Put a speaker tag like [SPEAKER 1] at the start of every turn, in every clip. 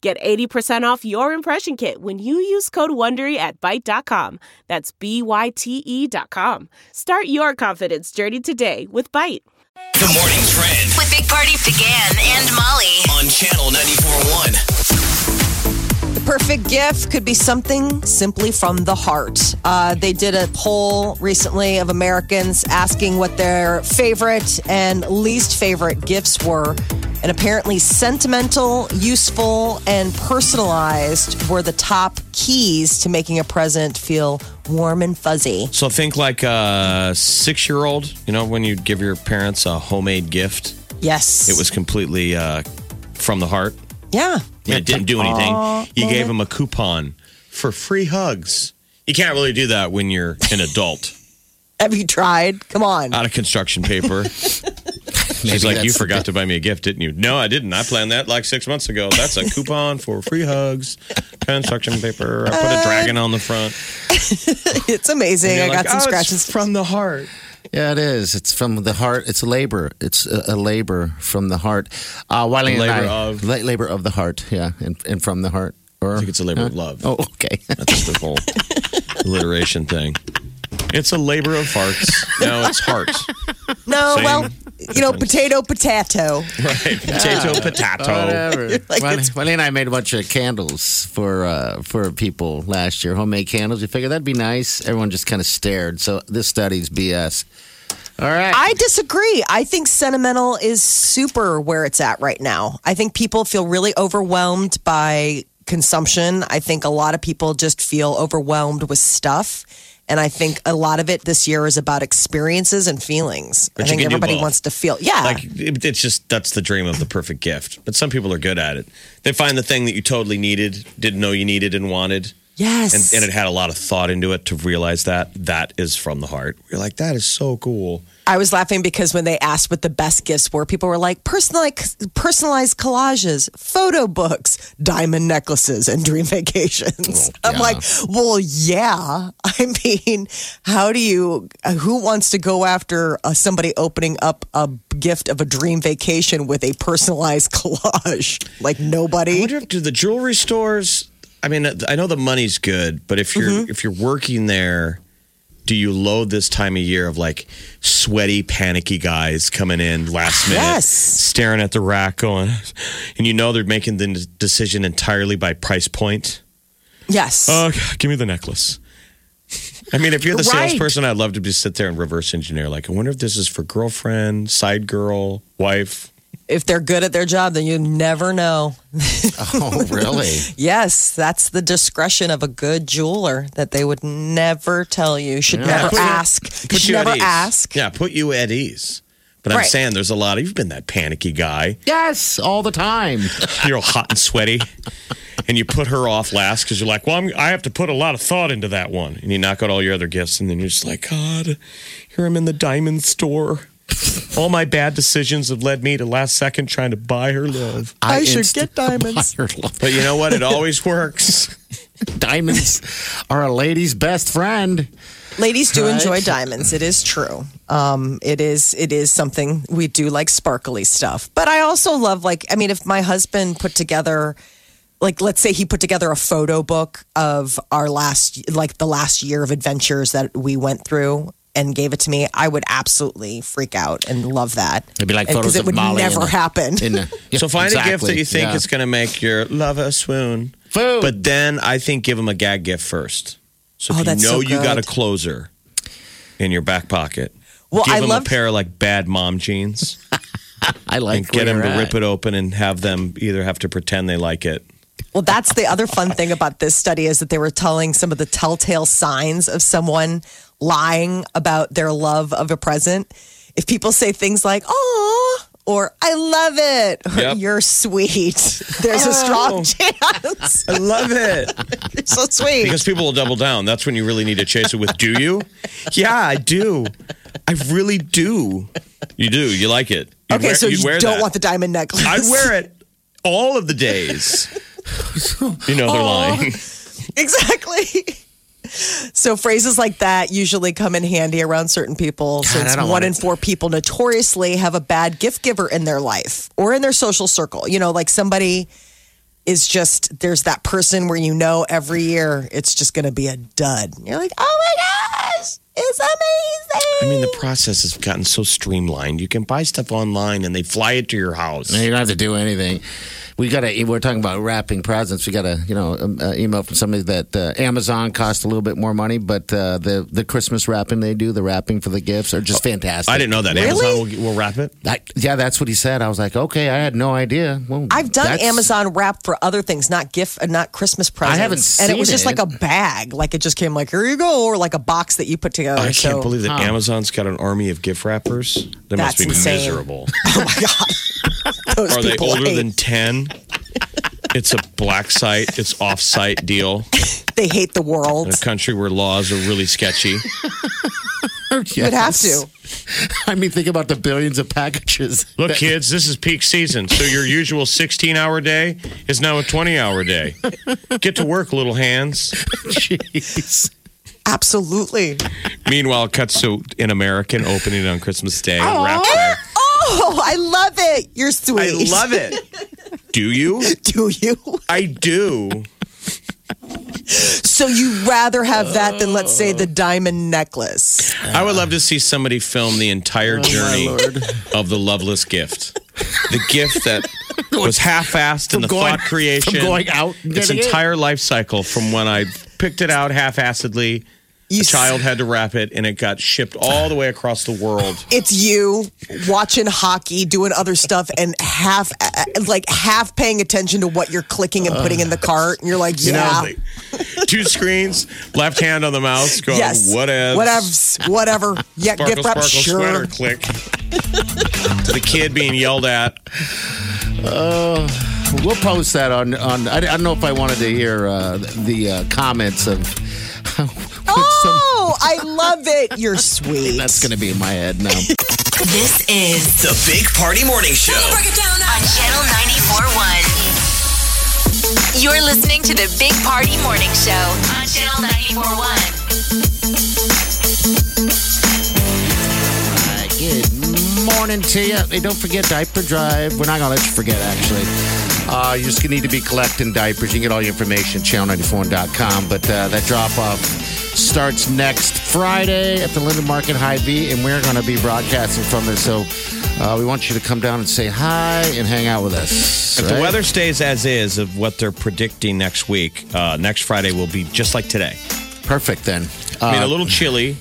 [SPEAKER 1] Get 80% off your impression kit when you use code WONDERY at Byte.com. That's B-Y-T-E E dot com. Start your confidence journey today with Byte.
[SPEAKER 2] The morning trend
[SPEAKER 3] with Big Party began and Molly.
[SPEAKER 2] on channel 94.1.
[SPEAKER 4] The perfect gift could be something simply from the heart. Uh, they did a poll recently of Americans asking what their favorite and least favorite gifts were. And apparently, sentimental, useful, and personalized were the top keys to making a present feel warm and fuzzy.
[SPEAKER 5] So think like a six year old, you know, when you give your parents a homemade gift,
[SPEAKER 4] Yes.
[SPEAKER 5] it was completely uh, from the heart.
[SPEAKER 4] Yeah.
[SPEAKER 5] Yeah, it didn't do anything. You gave them a coupon for free hugs. You can't really do that when you're an adult.
[SPEAKER 4] Have you tried? Come on.
[SPEAKER 5] Out of construction paper. She's like, You forgot to buy me a gift, didn't you? No, I didn't. I planned that like six months ago. That's a coupon for free hugs, construction paper. I put a dragon on the front.
[SPEAKER 4] it's amazing. Uh, I
[SPEAKER 5] You're
[SPEAKER 4] got
[SPEAKER 5] like,
[SPEAKER 4] some
[SPEAKER 5] "Oh, it's
[SPEAKER 4] scratches.
[SPEAKER 5] from the heart.
[SPEAKER 6] Yeah, it is. It's from the heart. It's labor. It's a, a labor from the heart. Uh, Wiley and
[SPEAKER 5] Labor
[SPEAKER 6] I-
[SPEAKER 5] of.
[SPEAKER 6] La- labor of the heart. Yeah, and, and from the heart. Or, I
[SPEAKER 5] think it's a labor of love.
[SPEAKER 6] Oh, okay.
[SPEAKER 5] That's the whole alliteration thing. It's a labor of farts. No, it's heart.
[SPEAKER 4] No,
[SPEAKER 5] Same.
[SPEAKER 4] well, you know, potato, potato.
[SPEAKER 5] Right. Potato, potato.
[SPEAKER 6] Whatever.
[SPEAKER 4] Like
[SPEAKER 6] Wiley,
[SPEAKER 4] it's-
[SPEAKER 6] Wiley and I made a bunch of candles for uh, for people last year, homemade candles. We figured that'd be nice. Everyone just kind of stared. So this study's BS. All right.
[SPEAKER 4] I disagree. I think sentimental is super where it's at right now. I think people feel really overwhelmed by consumption. I think a lot of people just feel overwhelmed with stuff. And I think a lot of it this year is about experiences and feelings. I
[SPEAKER 5] But you
[SPEAKER 4] think
[SPEAKER 5] can do
[SPEAKER 4] everybody
[SPEAKER 5] both.
[SPEAKER 4] wants to feel, yeah.
[SPEAKER 5] Like it- it's just that's the dream of the perfect gift. But some people are good at it. They find the thing that you totally needed, didn't know you needed and wanted. And,
[SPEAKER 4] yes.
[SPEAKER 5] and it had a lot of thought into it to realize that that is from the heart. You're like, that is so cool.
[SPEAKER 4] I was laughing because when they asked what the best gifts were, people were like personalized, personalized collages, photo books, diamond necklaces, and dream vacations.
[SPEAKER 5] Oh,
[SPEAKER 4] I'm like, well, yeah. I mean, how do you? Who wants to go after uh, somebody opening up a gift of a dream vacation with a personalized collage? Like
[SPEAKER 5] I
[SPEAKER 4] nobody.
[SPEAKER 5] wonder if do the jewelry stores. I mean, I know the money's good, but if you're if you're working there, do you load this time of year of like sweaty, panicky guys coming in last minute,
[SPEAKER 4] Yes.
[SPEAKER 5] staring at the rack, going, and you know they're making the decision entirely by price point.
[SPEAKER 4] Yes.
[SPEAKER 5] Oh, give me the necklace. I mean, if you're the
[SPEAKER 4] Right.
[SPEAKER 5] salesperson, I'd love to just sit there and reverse engineer. Like, I wonder if this is for girlfriend, side girl, wife.
[SPEAKER 4] if they're good at their job, then you never know.
[SPEAKER 6] oh, really?
[SPEAKER 4] Yes, that's the discretion of a good jeweler that they would never tell you. Should never
[SPEAKER 5] Put you-
[SPEAKER 4] ask. You should never ask.
[SPEAKER 5] Yeah, put you at ease. But I'm
[SPEAKER 4] Right.
[SPEAKER 5] saying there's a lot of you've been that panicky guy.
[SPEAKER 6] Yes, all the time.
[SPEAKER 5] You're all hot and sweaty, and you put her off last because you're like, well, I'm, I have to put a lot of thought into that one, and you knock out all your other gifts, and then you're just like, God, here I'm in the diamond store. All my bad decisions have led me to last second trying to buy her love.
[SPEAKER 4] I, should get diamonds.
[SPEAKER 6] diamonds.
[SPEAKER 5] But you know what? It always works.
[SPEAKER 6] diamonds are a lady's best friend.
[SPEAKER 4] Ladies do
[SPEAKER 6] Right?
[SPEAKER 4] enjoy diamonds. It is true. Um, it is it is something we do like sparkly stuff. But I also love like I mean, if my husband put together like let's say he put together a photo book of our last like the last year of adventures that we went through and gave it to me, I would absolutely freak out and love that.
[SPEAKER 6] It'd be like
[SPEAKER 4] And-
[SPEAKER 6] photos
[SPEAKER 4] it
[SPEAKER 6] of
[SPEAKER 4] would
[SPEAKER 6] Molly
[SPEAKER 4] never
[SPEAKER 6] in a-
[SPEAKER 4] happen.
[SPEAKER 6] In a,
[SPEAKER 5] so find a gift
[SPEAKER 6] Exactly,
[SPEAKER 5] that you think
[SPEAKER 6] yeah.
[SPEAKER 5] is going to make your lover swoon.
[SPEAKER 6] Food.
[SPEAKER 5] But then I think give them a gag gift first. So
[SPEAKER 4] Oh,
[SPEAKER 5] if you
[SPEAKER 4] that's so
[SPEAKER 5] know you got a
[SPEAKER 4] good.
[SPEAKER 5] closer in your back pocket,
[SPEAKER 4] Well,
[SPEAKER 5] give
[SPEAKER 4] I
[SPEAKER 5] them
[SPEAKER 4] love
[SPEAKER 5] a pair of like bad mom jeans
[SPEAKER 6] I
[SPEAKER 5] and
[SPEAKER 6] like
[SPEAKER 5] get them
[SPEAKER 6] where
[SPEAKER 5] to
[SPEAKER 6] you're
[SPEAKER 5] rip
[SPEAKER 6] at.
[SPEAKER 5] it open and have them either have to pretend they like it.
[SPEAKER 4] Well, that's the other fun thing about this study is that they were telling some of the telltale signs of someone lying about their love of a present. If people say things like, "Oh," or I love it, or
[SPEAKER 5] Yep. Oh.
[SPEAKER 4] you're sweet. There's a strong chance.
[SPEAKER 5] I love it.
[SPEAKER 4] you're so sweet.
[SPEAKER 5] Because people will double down. That's when you really need to chase it with, do you? Yeah, I do. I really do. You do. You like it. You'd
[SPEAKER 4] okay,
[SPEAKER 5] wear-
[SPEAKER 4] so
[SPEAKER 5] you'd
[SPEAKER 4] you
[SPEAKER 5] wear
[SPEAKER 4] don't
[SPEAKER 5] that.
[SPEAKER 4] want the diamond necklace.
[SPEAKER 5] I'd wear it all of the days. You know they're lying.
[SPEAKER 4] Exactly. So phrases like that usually come in handy around certain people since
[SPEAKER 6] I don't
[SPEAKER 4] one
[SPEAKER 6] wanna-
[SPEAKER 4] in four people notoriously have a bad gift giver in their life or in their social circle. You know, like somebody is just there's that person where you know every year it's just going to be a dud. You're like, "Oh my gosh, it's
[SPEAKER 5] I
[SPEAKER 4] amazing."
[SPEAKER 5] mean, the process has gotten so streamlined. You can buy stuff online and they fly it to your house.
[SPEAKER 6] You don't have to do anything. We got a. We're talking about wrapping presents. We got a you know um, uh, email from somebody that uh, Amazon cost a little bit more money, but uh, the the Christmas wrapping they do, the wrapping for the gifts are just fantastic.
[SPEAKER 5] Oh, I didn't know that. Amazon will, will wrap it.
[SPEAKER 6] I, yeah, that's what he said. I was like, okay, I had no idea. Well,
[SPEAKER 4] I've done
[SPEAKER 6] that's-
[SPEAKER 4] Amazon wrap for other things, not gift, uh, not Christmas presents.
[SPEAKER 6] I haven't
[SPEAKER 4] and it was
[SPEAKER 6] seen
[SPEAKER 4] just like
[SPEAKER 6] it.
[SPEAKER 4] a bag, like it just came like here you go, or like a box that you put together.
[SPEAKER 5] I
[SPEAKER 4] so,
[SPEAKER 5] can't believe that Amazon's got an army of gift wrappers. They
[SPEAKER 4] That's
[SPEAKER 5] must be
[SPEAKER 4] insane.
[SPEAKER 5] miserable.
[SPEAKER 4] Oh my god, those
[SPEAKER 5] Are they
[SPEAKER 4] people
[SPEAKER 5] older
[SPEAKER 4] hate.
[SPEAKER 5] than 10? It's a black site, it's off site deal
[SPEAKER 4] they hate the
[SPEAKER 5] in
[SPEAKER 4] world.
[SPEAKER 5] a country where laws are really sketchy.
[SPEAKER 4] You would have to.
[SPEAKER 6] I mean, think about the billions of packages.
[SPEAKER 5] Look, kids, this is peak season. So your usual 16 hour day is now a 20 hour day. Get to work, little hands.
[SPEAKER 6] Jeez.
[SPEAKER 4] Absolutely.
[SPEAKER 5] Meanwhile, cuts to an American opening it on Christmas Day. Wrapped up.
[SPEAKER 4] Oh, I love it. You're sweet.
[SPEAKER 5] it. Do you?
[SPEAKER 4] Do you?
[SPEAKER 5] I do.
[SPEAKER 4] So you rather have that than let's say the diamond necklace.
[SPEAKER 5] I would love to see somebody film the entire
[SPEAKER 6] Oh,
[SPEAKER 5] journey of the loveless gift. The gift that was half-assed in the
[SPEAKER 6] going-
[SPEAKER 5] thought creation,
[SPEAKER 6] from going out and
[SPEAKER 5] its
[SPEAKER 6] getting it.
[SPEAKER 5] entire life cycle from when I picked it out half-assedly.
[SPEAKER 4] You
[SPEAKER 5] the child had to wrap it, and it got shipped all the way across the world.
[SPEAKER 4] It's you watching hockey, doing other stuff, and half uh, like half paying attention to what you're clicking and putting in the cart. And you're like,
[SPEAKER 5] Uh, You know,
[SPEAKER 4] yeah.
[SPEAKER 5] like, two screens, left hand on the mouse, going
[SPEAKER 4] Yes.
[SPEAKER 5] whatever,
[SPEAKER 4] Whatevs. Whatever. Yeah.
[SPEAKER 5] sparkle,
[SPEAKER 4] gift wrap.
[SPEAKER 5] sparkle,
[SPEAKER 4] Sure.
[SPEAKER 5] sweater, click. the kid being yelled at.
[SPEAKER 6] We'll post that on. on I, I don't know if I wanted to hear uh, the uh, comments of.
[SPEAKER 4] Oh, I love it. You're sweet.
[SPEAKER 6] that's going to be in my head now.
[SPEAKER 3] This is
[SPEAKER 2] The Big Party Morning Show.
[SPEAKER 3] on Channel 94.1. You're listening to the Big Party Morning Show on Channel 94.1.
[SPEAKER 6] Good morning to you. Hey, don't forget diaper drive. We're not going to let you forget, actually. Uh, you just need to be collecting diapers. You can get all your information at channel94.com. But uh, that drop off starts next Friday at the Linden Market High V, and we're going to be broadcasting from there. So uh, we want you to come down and say hi and hang out with us.
[SPEAKER 5] If the
[SPEAKER 6] right?
[SPEAKER 5] weather stays as is of what they're predicting next week, uh, next Friday will be just like today.
[SPEAKER 6] Perfect then. Uh,
[SPEAKER 5] I mean, a little chilly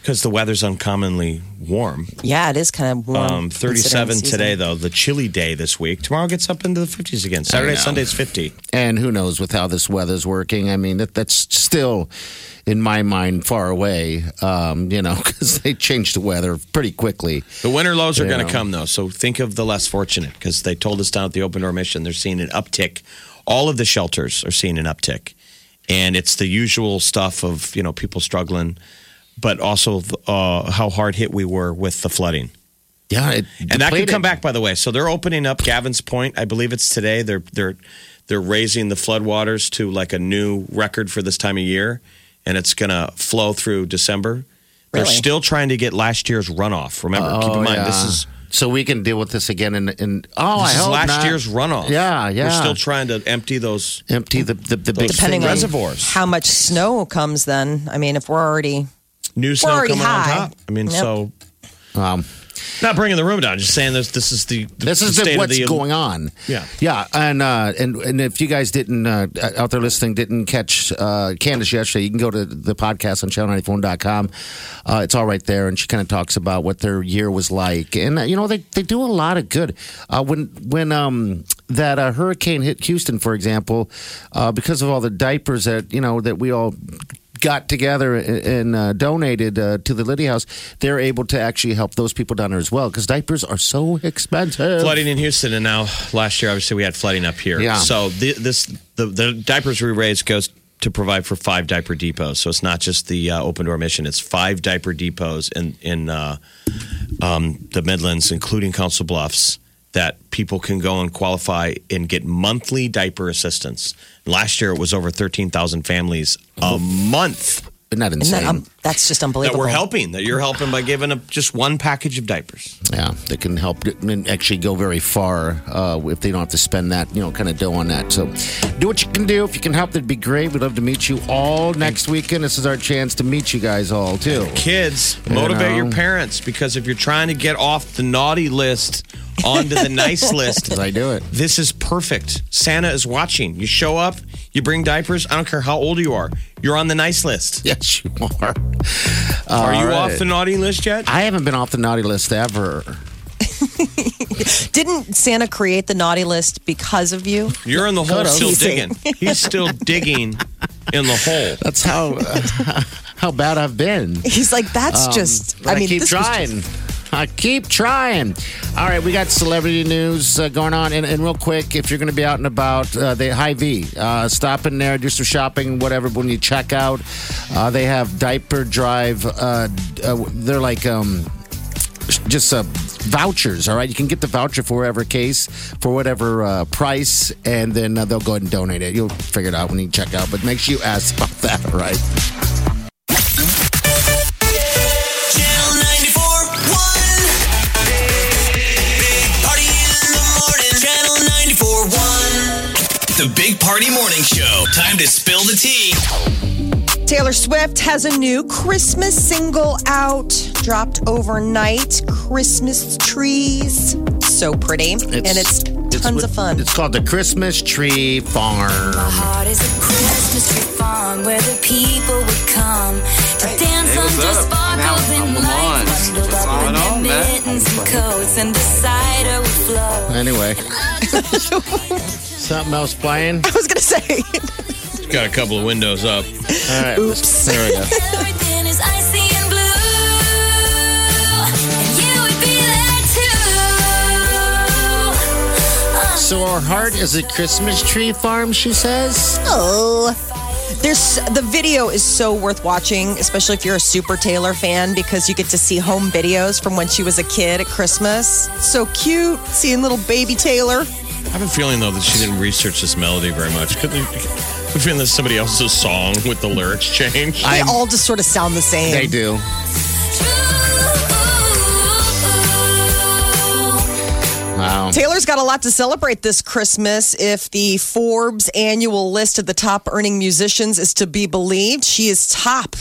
[SPEAKER 5] because the weather's uncommonly warm.
[SPEAKER 4] Yeah, it is kind of warm.
[SPEAKER 5] Um,
[SPEAKER 4] considering
[SPEAKER 5] 37
[SPEAKER 4] the
[SPEAKER 5] today,
[SPEAKER 4] season.
[SPEAKER 5] though, the chilly day this week. Tomorrow gets up into the 50s again. Saturday,
[SPEAKER 6] know.
[SPEAKER 5] Sunday's 50.
[SPEAKER 6] and who knows with how this weather's working. I mean, that, that's still, in my mind, far away, um, you know, because they change the weather pretty quickly.
[SPEAKER 5] The winter lows are
[SPEAKER 6] Yeah.
[SPEAKER 5] going to come, though. So think of the less fortunate because they told us down at the open door mission they're seeing an uptick. All of the shelters are seeing an uptick. And it's the usual stuff of, you know, people struggling, but also uh, how hard hit we were with the flooding.
[SPEAKER 6] Yeah. It
[SPEAKER 5] and that could
[SPEAKER 6] depleted.
[SPEAKER 5] come back by the way so they're opening up gavin's point i believe it's today they're they're they're raising the floodwaters to like a new record for this time of year and it's going to flow through december they're
[SPEAKER 4] Really?
[SPEAKER 5] still trying to get last year's runoff remember keep in
[SPEAKER 6] Oh,
[SPEAKER 5] mind this
[SPEAKER 6] yeah.
[SPEAKER 5] is
[SPEAKER 6] So we can deal with this again in, in oh, I
[SPEAKER 5] this is
[SPEAKER 6] hope
[SPEAKER 5] last
[SPEAKER 6] not.
[SPEAKER 5] year's runoff
[SPEAKER 6] Yeah, yeah.
[SPEAKER 5] we're still trying to empty those
[SPEAKER 6] empty the the, the big
[SPEAKER 4] depending
[SPEAKER 6] thing.
[SPEAKER 4] on
[SPEAKER 5] reservoirs.
[SPEAKER 4] how much snow comes. Then I mean, if we're already
[SPEAKER 5] new snow
[SPEAKER 4] already
[SPEAKER 5] coming
[SPEAKER 4] high.
[SPEAKER 5] on top i mean so
[SPEAKER 6] Um,
[SPEAKER 5] not bringing the room down just saying this this is the, the
[SPEAKER 6] This is the,
[SPEAKER 5] state of
[SPEAKER 6] what's
[SPEAKER 5] the
[SPEAKER 6] going on.
[SPEAKER 5] Yeah.
[SPEAKER 6] yeah, and uh, and and if you guys didn't uh, out there listening didn't catch uh, Candace yesterday, you can go to the podcast on channel94.com. Uh, it's all right there, and she kind of talks about what their year was like, and uh, you know they they do a lot of good. Uh, when when um that uh, hurricane hit Houston, for example, uh, because of all the diapers that you know that we all got together and, and uh, donated uh, to the Liddy House, they're able to actually help those people down there as well because diapers are so expensive.
[SPEAKER 5] flooding in Houston, and now last year, obviously, we had flooding up here.
[SPEAKER 6] Yeah.
[SPEAKER 5] So the, this the, the diapers we raise goes to provide for five diaper depots. So it's not just the uh, open door mission; it's five diaper depots in in uh, um, the Midlands, including Council Bluffs, that people can go and qualify and get monthly diaper assistance. Last year, it was over thirteen thousand families a month
[SPEAKER 6] Isn't that
[SPEAKER 4] Isn't
[SPEAKER 6] insane?
[SPEAKER 4] that, um, that's just
[SPEAKER 5] that
[SPEAKER 4] unbelievable.
[SPEAKER 5] we're helping. That you're helping by giving up just one package of diapers.
[SPEAKER 6] yeah, they can help and actually go very far uh, if they don't have to spend that, you know, kind of dough on that. So do what you can do. If you can help, that'd be great. We'd love to meet you all next weekend. This is our chance to meet you guys all, too.
[SPEAKER 5] kids motivate
[SPEAKER 6] know.
[SPEAKER 5] your parents because if you're trying to get off the naughty list onto the nice list
[SPEAKER 6] I do it.
[SPEAKER 5] this is perfect santa is watching you show up you bring diapers i don't care how old you are you're on the nice list
[SPEAKER 6] Yes, you are.
[SPEAKER 5] are you
[SPEAKER 6] All right.
[SPEAKER 5] off the naughty list yet
[SPEAKER 6] I haven't been off the naughty list ever.
[SPEAKER 4] Didn't Santa create the naughty list because of you?
[SPEAKER 5] you're in the hole
[SPEAKER 6] Could've.
[SPEAKER 5] still
[SPEAKER 4] He's
[SPEAKER 5] digging he's still digging in the hole
[SPEAKER 6] That's how
[SPEAKER 4] uh,
[SPEAKER 6] how bad I've been.
[SPEAKER 4] He's like, that's just.
[SPEAKER 6] Um, But I,
[SPEAKER 4] I mean,
[SPEAKER 6] keep
[SPEAKER 4] this was
[SPEAKER 6] trying. I keep trying. All right, we got celebrity news uh, going on, and, and real quick, if you're going to be out and about, uh, they High V, uh, stop in there, do some shopping, whatever. When you check out, uh, they have diaper drive. Uh, uh, they're like um, just uh, vouchers. All right, you can get the voucher for whatever case, for whatever uh, price, and then uh, they'll go ahead and donate it. You'll figure it out when you check out, but make sure you ask about that. All right.
[SPEAKER 2] Channel 94.1. Big Party in the morning. Channel 94.1. The Big Party Morning Show. Time to spill the tea.
[SPEAKER 4] Taylor Swift has a new Christmas single out, dropped overnight. Christmas trees, so pretty, and it's tons
[SPEAKER 6] with-
[SPEAKER 4] of fun.
[SPEAKER 6] It's called the Christmas Tree Farm.
[SPEAKER 7] Heart is a Christmas tree farm where the people would come to dance
[SPEAKER 8] hey, what's
[SPEAKER 7] under
[SPEAKER 8] up? I'm out on
[SPEAKER 7] sparkling
[SPEAKER 8] the lawn.
[SPEAKER 7] lights, bundled
[SPEAKER 8] What's
[SPEAKER 7] up in
[SPEAKER 8] going
[SPEAKER 7] their
[SPEAKER 8] on, man?
[SPEAKER 7] mittens and coats, and the cider would flow.
[SPEAKER 6] Anyway. Something else playing?
[SPEAKER 4] I was gonna say,
[SPEAKER 5] got a couple of windows up
[SPEAKER 6] All right.
[SPEAKER 4] oops.
[SPEAKER 6] There we go.
[SPEAKER 7] Everything is icy and blue, and you would be there too.
[SPEAKER 6] So our heart is a Christmas tree farm, she says.
[SPEAKER 4] Oh. There's the video is so worth watching, especially if you're a super Taylor fan, because you get to see home videos from when she was a kid at Christmas. So cute, seeing little baby Taylor.
[SPEAKER 5] i have a feeling though that she didn't research this melody very much could we feel this somebody else's song with the lyrics changed
[SPEAKER 4] They all just sort of sound the same.
[SPEAKER 6] They do.
[SPEAKER 7] True.
[SPEAKER 6] Wow.
[SPEAKER 4] Taylor's got a lot to celebrate this Christmas. If the Forbes annual list of the top earning musicians is to be believed, she is top.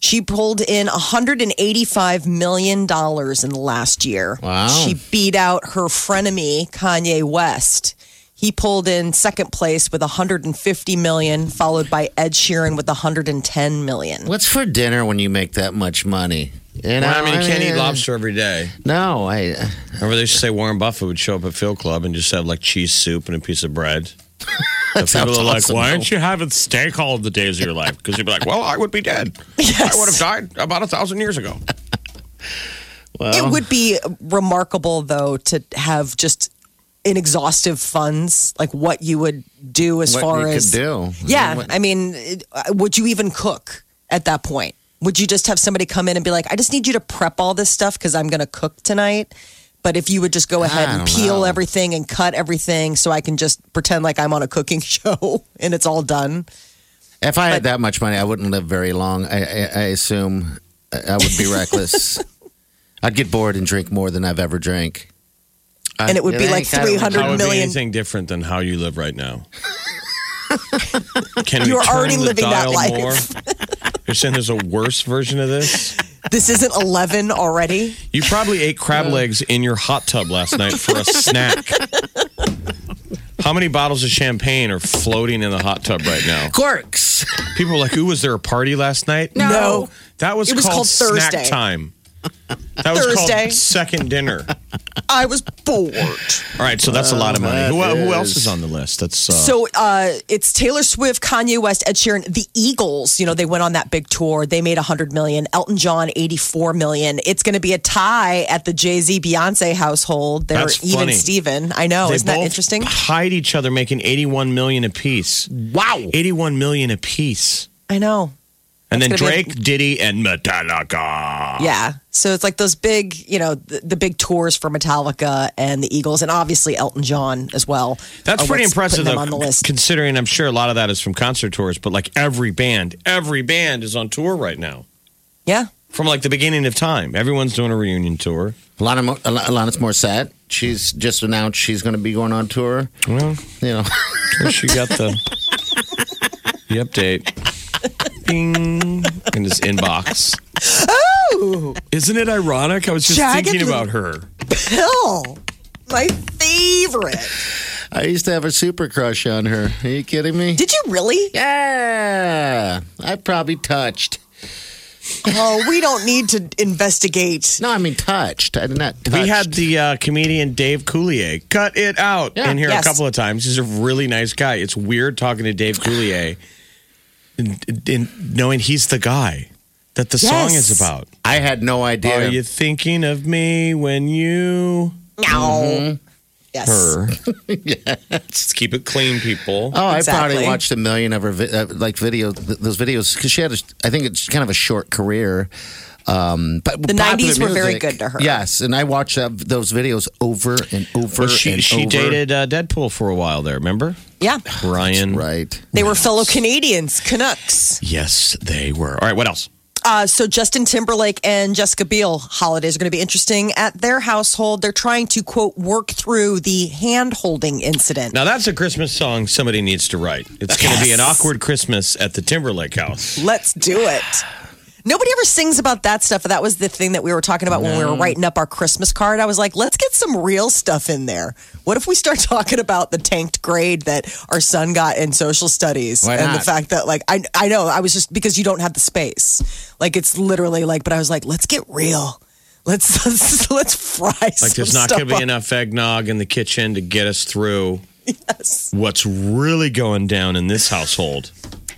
[SPEAKER 4] She pulled in $185 million in the last year.
[SPEAKER 6] Wow.
[SPEAKER 4] She beat out her frenemy, Kanye West. He pulled in second place with 150 million, followed by Ed Sheeran with 110 million.
[SPEAKER 6] What's for dinner when you make that much money? You know,
[SPEAKER 5] Well, I mean, you can't eat
[SPEAKER 6] uh,
[SPEAKER 5] lobster every day.
[SPEAKER 6] No, I.
[SPEAKER 5] Remember, they used to say Warren Buffett would show up at Field Club and just have like cheese soup and a piece of bread. The people
[SPEAKER 6] sounds
[SPEAKER 5] are like,
[SPEAKER 6] awesome,
[SPEAKER 5] why
[SPEAKER 6] though."
[SPEAKER 5] aren't you having steak all the days of your life? Because you'd be like, well, I would be dead. I would have died about a thousand years ago.
[SPEAKER 6] Oh.
[SPEAKER 4] It would be remarkable, though, to have just inexhaustive funds, like what you would do as
[SPEAKER 6] What
[SPEAKER 4] far
[SPEAKER 6] you could
[SPEAKER 4] as
[SPEAKER 6] do.
[SPEAKER 4] Yeah,
[SPEAKER 6] What-
[SPEAKER 4] I mean, it- would you even cook at that point? Would you just have somebody come in and be like, "I just need you to prep all this stuff because I'm going to cook tonight"? But if you would just go ahead and
[SPEAKER 6] don't
[SPEAKER 4] peel
[SPEAKER 6] know.
[SPEAKER 4] everything and cut everything, so I can just pretend like I'm on a cooking show and it's all done.
[SPEAKER 6] If I had that much money, I wouldn't live very long. I, I, I assume I I would be reckless. I'd get bored and drink more than I've ever drank.
[SPEAKER 4] And it would
[SPEAKER 6] you
[SPEAKER 4] be like
[SPEAKER 6] think I would-
[SPEAKER 4] 300
[SPEAKER 5] How would be
[SPEAKER 4] million.
[SPEAKER 5] anything different than how you live right now? Can we
[SPEAKER 4] You're
[SPEAKER 5] turn
[SPEAKER 4] already
[SPEAKER 5] the
[SPEAKER 4] living that
[SPEAKER 5] dial
[SPEAKER 4] life.
[SPEAKER 5] More? You're saying there's a worse version of this?
[SPEAKER 4] This isn't 11 already.
[SPEAKER 5] You probably ate crab legs in your hot tub last night for a snack. How many bottles of champagne are floating in the hot tub right now?
[SPEAKER 6] Quirks.
[SPEAKER 5] People are like, "Ooh, was there a party last night?"
[SPEAKER 4] No.
[SPEAKER 5] that was,
[SPEAKER 4] It was
[SPEAKER 5] called,
[SPEAKER 4] called
[SPEAKER 5] snack
[SPEAKER 4] Thursday.
[SPEAKER 5] time.
[SPEAKER 9] That was
[SPEAKER 4] Thursday.
[SPEAKER 9] called second dinner.
[SPEAKER 4] I was bored.
[SPEAKER 5] All right, so that's a lot of money. Who,
[SPEAKER 6] Oh, that
[SPEAKER 5] who else
[SPEAKER 6] is-
[SPEAKER 5] is on the list? That's uh,
[SPEAKER 4] So uh, it's Taylor Swift, Kanye West, Ed Sheeran, the Eagles. You know they went on that big tour. They made 100 million. Elton John 84 million. It's going to be a tie at the Jay Z Beyonce household. They're
[SPEAKER 5] That's
[SPEAKER 4] even
[SPEAKER 5] funny.
[SPEAKER 4] Steven. I know.
[SPEAKER 5] they
[SPEAKER 4] Isn't that
[SPEAKER 5] both
[SPEAKER 4] interesting?
[SPEAKER 5] Hide each other, making eighty-one million apiece.
[SPEAKER 6] Wow.
[SPEAKER 5] 81 million apiece.
[SPEAKER 4] I know.
[SPEAKER 5] And
[SPEAKER 4] That's
[SPEAKER 5] then
[SPEAKER 4] gonna be-
[SPEAKER 5] Drake, Diddy, and Metallica.
[SPEAKER 4] Yeah. So it's like those big, you know, the, the big tours for Metallica and the Eagles, and obviously Elton John as well.
[SPEAKER 5] That's
[SPEAKER 4] are
[SPEAKER 5] pretty
[SPEAKER 4] what's
[SPEAKER 5] impressive,
[SPEAKER 4] putting them
[SPEAKER 5] though,
[SPEAKER 4] on the list.
[SPEAKER 5] considering I'm sure a lot of that is from concert tours, but like every band, every band is on tour right now.
[SPEAKER 4] yeah.
[SPEAKER 5] From like the beginning of time, everyone's doing a reunion tour.
[SPEAKER 6] Alana, Mo- Al- Alanis Morissette. She's just announced she's going to be going on tour.
[SPEAKER 5] Well,
[SPEAKER 6] You know,
[SPEAKER 5] she got the, the update. Bing. In his inbox.
[SPEAKER 4] Ooh,
[SPEAKER 5] Isn't it ironic? I was just
[SPEAKER 4] Jagged
[SPEAKER 5] thinking
[SPEAKER 4] Little-
[SPEAKER 5] about her.
[SPEAKER 4] Pill, my favorite.
[SPEAKER 6] I used to have a super crush on her. Are you kidding me?
[SPEAKER 4] Did you really?
[SPEAKER 6] yeah, I probably touched.
[SPEAKER 4] Oh, we don't need to investigate.
[SPEAKER 6] No, I mean touched. I did not. Touched.
[SPEAKER 5] We had the uh, comedian Dave Coulier cut it out
[SPEAKER 6] Yeah.
[SPEAKER 5] in here
[SPEAKER 4] Yes.
[SPEAKER 5] a couple of times. He's a really nice guy. It's weird talking to Dave Coulier and, and knowing he's the guy that the song
[SPEAKER 4] Yes.
[SPEAKER 5] is about.
[SPEAKER 6] I had no idea.
[SPEAKER 5] Are Oh, you thinking of me when you
[SPEAKER 4] No. Yes.
[SPEAKER 5] her? Let's keep it clean, people.
[SPEAKER 6] Oh, I
[SPEAKER 4] Exactly.
[SPEAKER 6] probably watched a million of her vi- uh, like videos, th- those videos because she had, a, I think it's kind of a short career. Um, but
[SPEAKER 4] The
[SPEAKER 6] popular
[SPEAKER 4] 90s were very
[SPEAKER 6] music-
[SPEAKER 4] good to her.
[SPEAKER 6] Yes, and I watched that, those videos over and over.
[SPEAKER 5] Well, she
[SPEAKER 6] and
[SPEAKER 5] she
[SPEAKER 6] over.
[SPEAKER 5] dated uh, Deadpool for a while there. Remember
[SPEAKER 4] Yeah.
[SPEAKER 5] Brian?
[SPEAKER 6] right.
[SPEAKER 4] They were fellow Canadians, Canucks.
[SPEAKER 5] Yes, they were. All right, what else?
[SPEAKER 4] Uh, so Justin Timberlake and Jessica Biel holidays are going to be interesting at their household. They're trying to quote work through the hand holding incident.
[SPEAKER 5] Now that's a Christmas song somebody needs to write. It's going to be an
[SPEAKER 4] Yes.
[SPEAKER 5] awkward Christmas at the Timberlake house.
[SPEAKER 4] Let's do it. Nobody ever sings about that stuff. That was the thing that we were talking about when we were writing up our Christmas card. I was like, let's get some real stuff in there. What if we start talking about the tanked grade that our son got in social studies
[SPEAKER 6] Why
[SPEAKER 4] and the
[SPEAKER 6] not?
[SPEAKER 4] fact that like I I know I was just because you don't have the space. Like it's literally like but I was like, let's get real. Let's let's, let's fry
[SPEAKER 5] Like there's not going to be enough eggnog in the kitchen to get us through what's really going down in this household.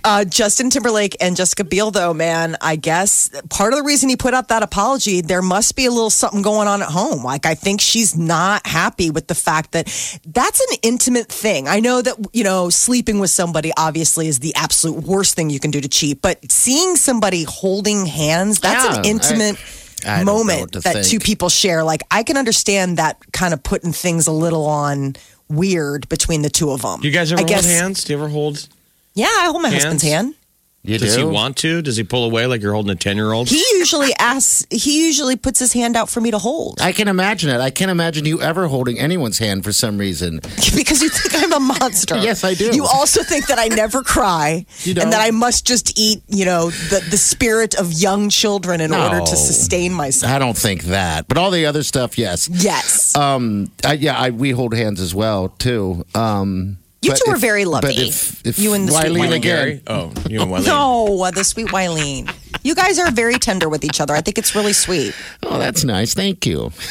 [SPEAKER 4] Uh, Justin Timberlake and Jessica Biel, though, man, I guess part of the reason he put out that apology, there must be a little something going on at home. Like, I think she's not happy with the fact that that's an intimate thing. I know that, you know, sleeping with somebody obviously is the absolute worst thing you can do to cheat, but seeing somebody holding hands, that's an
[SPEAKER 6] Yeah, I-
[SPEAKER 4] intimate.
[SPEAKER 6] I don't know
[SPEAKER 4] moment
[SPEAKER 6] what to
[SPEAKER 4] that
[SPEAKER 6] think.
[SPEAKER 4] two people share like i can understand that kind of putting things a little on weird between the two of them
[SPEAKER 5] You guys ever
[SPEAKER 4] I
[SPEAKER 5] hold
[SPEAKER 4] guess,
[SPEAKER 5] hands? Do you ever hold?
[SPEAKER 4] yeah i hold my husband's
[SPEAKER 5] Hands?
[SPEAKER 4] hand
[SPEAKER 6] You
[SPEAKER 5] Does
[SPEAKER 6] do?
[SPEAKER 5] he want to? Does he pull away like you're holding a ten year old?
[SPEAKER 4] he usually asks he usually puts his hand out for me to hold
[SPEAKER 6] I can imagine it. I can't imagine you ever holding anyone's hand for some reason.
[SPEAKER 4] because you think i'm a monster
[SPEAKER 6] Yes, I do.
[SPEAKER 4] you also think that i never cry
[SPEAKER 6] You
[SPEAKER 4] and that
[SPEAKER 6] don't?
[SPEAKER 4] i must just eat you know the, the spirit of young children in order to sustain myself
[SPEAKER 6] I don't think that, but all the other stuff, yes.
[SPEAKER 4] yes
[SPEAKER 6] Um, I, yeah, I, we hold hands as well too. Um,
[SPEAKER 4] you
[SPEAKER 6] but
[SPEAKER 4] two are
[SPEAKER 6] if-
[SPEAKER 4] very
[SPEAKER 6] But
[SPEAKER 4] lovely
[SPEAKER 6] if, if
[SPEAKER 4] you and the sweet
[SPEAKER 6] Wileen
[SPEAKER 4] Wileen.
[SPEAKER 6] again,
[SPEAKER 5] Oh, you and Wileen.
[SPEAKER 4] no uh, the sweet Wileen. you guys are very tender with each other i think it's really sweet
[SPEAKER 6] Oh, that's nice. Thank you.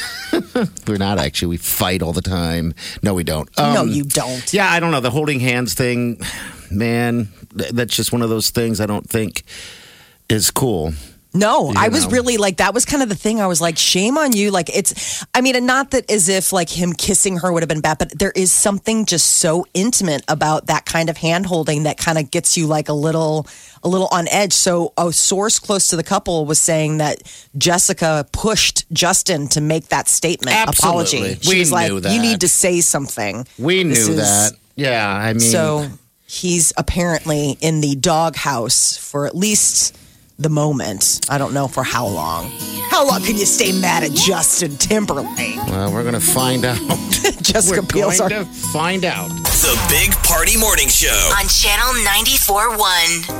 [SPEAKER 6] We're not actually. We fight all the time. No, we don't. Um,
[SPEAKER 4] no you don't
[SPEAKER 6] Yeah, I don't know. The holding hands thing, man, th- that's just one of those things I don't think is cool.
[SPEAKER 4] No, I was
[SPEAKER 6] know.
[SPEAKER 4] really like that was kind of the thing. I was like, shame on you. Like it's, I mean, and not that as if like him kissing her would have been bad, but there is something just so intimate about that kind of hand holding that kind of gets you like a little, a little on edge. So a source close to the couple was saying that Jessica pushed Justin to make that statement apology.
[SPEAKER 6] Absolutely.
[SPEAKER 4] She
[SPEAKER 6] We
[SPEAKER 4] was like,
[SPEAKER 6] knew
[SPEAKER 4] you
[SPEAKER 6] that.
[SPEAKER 4] need to say something.
[SPEAKER 6] We knew
[SPEAKER 4] This is-
[SPEAKER 6] that. Yeah, I mean,
[SPEAKER 4] So he's apparently in the doghouse for at least the moment. I don't know for how long. How long can you stay mad at Justin Timberlake?
[SPEAKER 6] well, we're going to find out.
[SPEAKER 4] Jessica
[SPEAKER 6] we're
[SPEAKER 4] Biel's
[SPEAKER 6] going
[SPEAKER 4] our
[SPEAKER 6] to find out.
[SPEAKER 2] The Big Party Morning Show.
[SPEAKER 7] on Channel 94.1.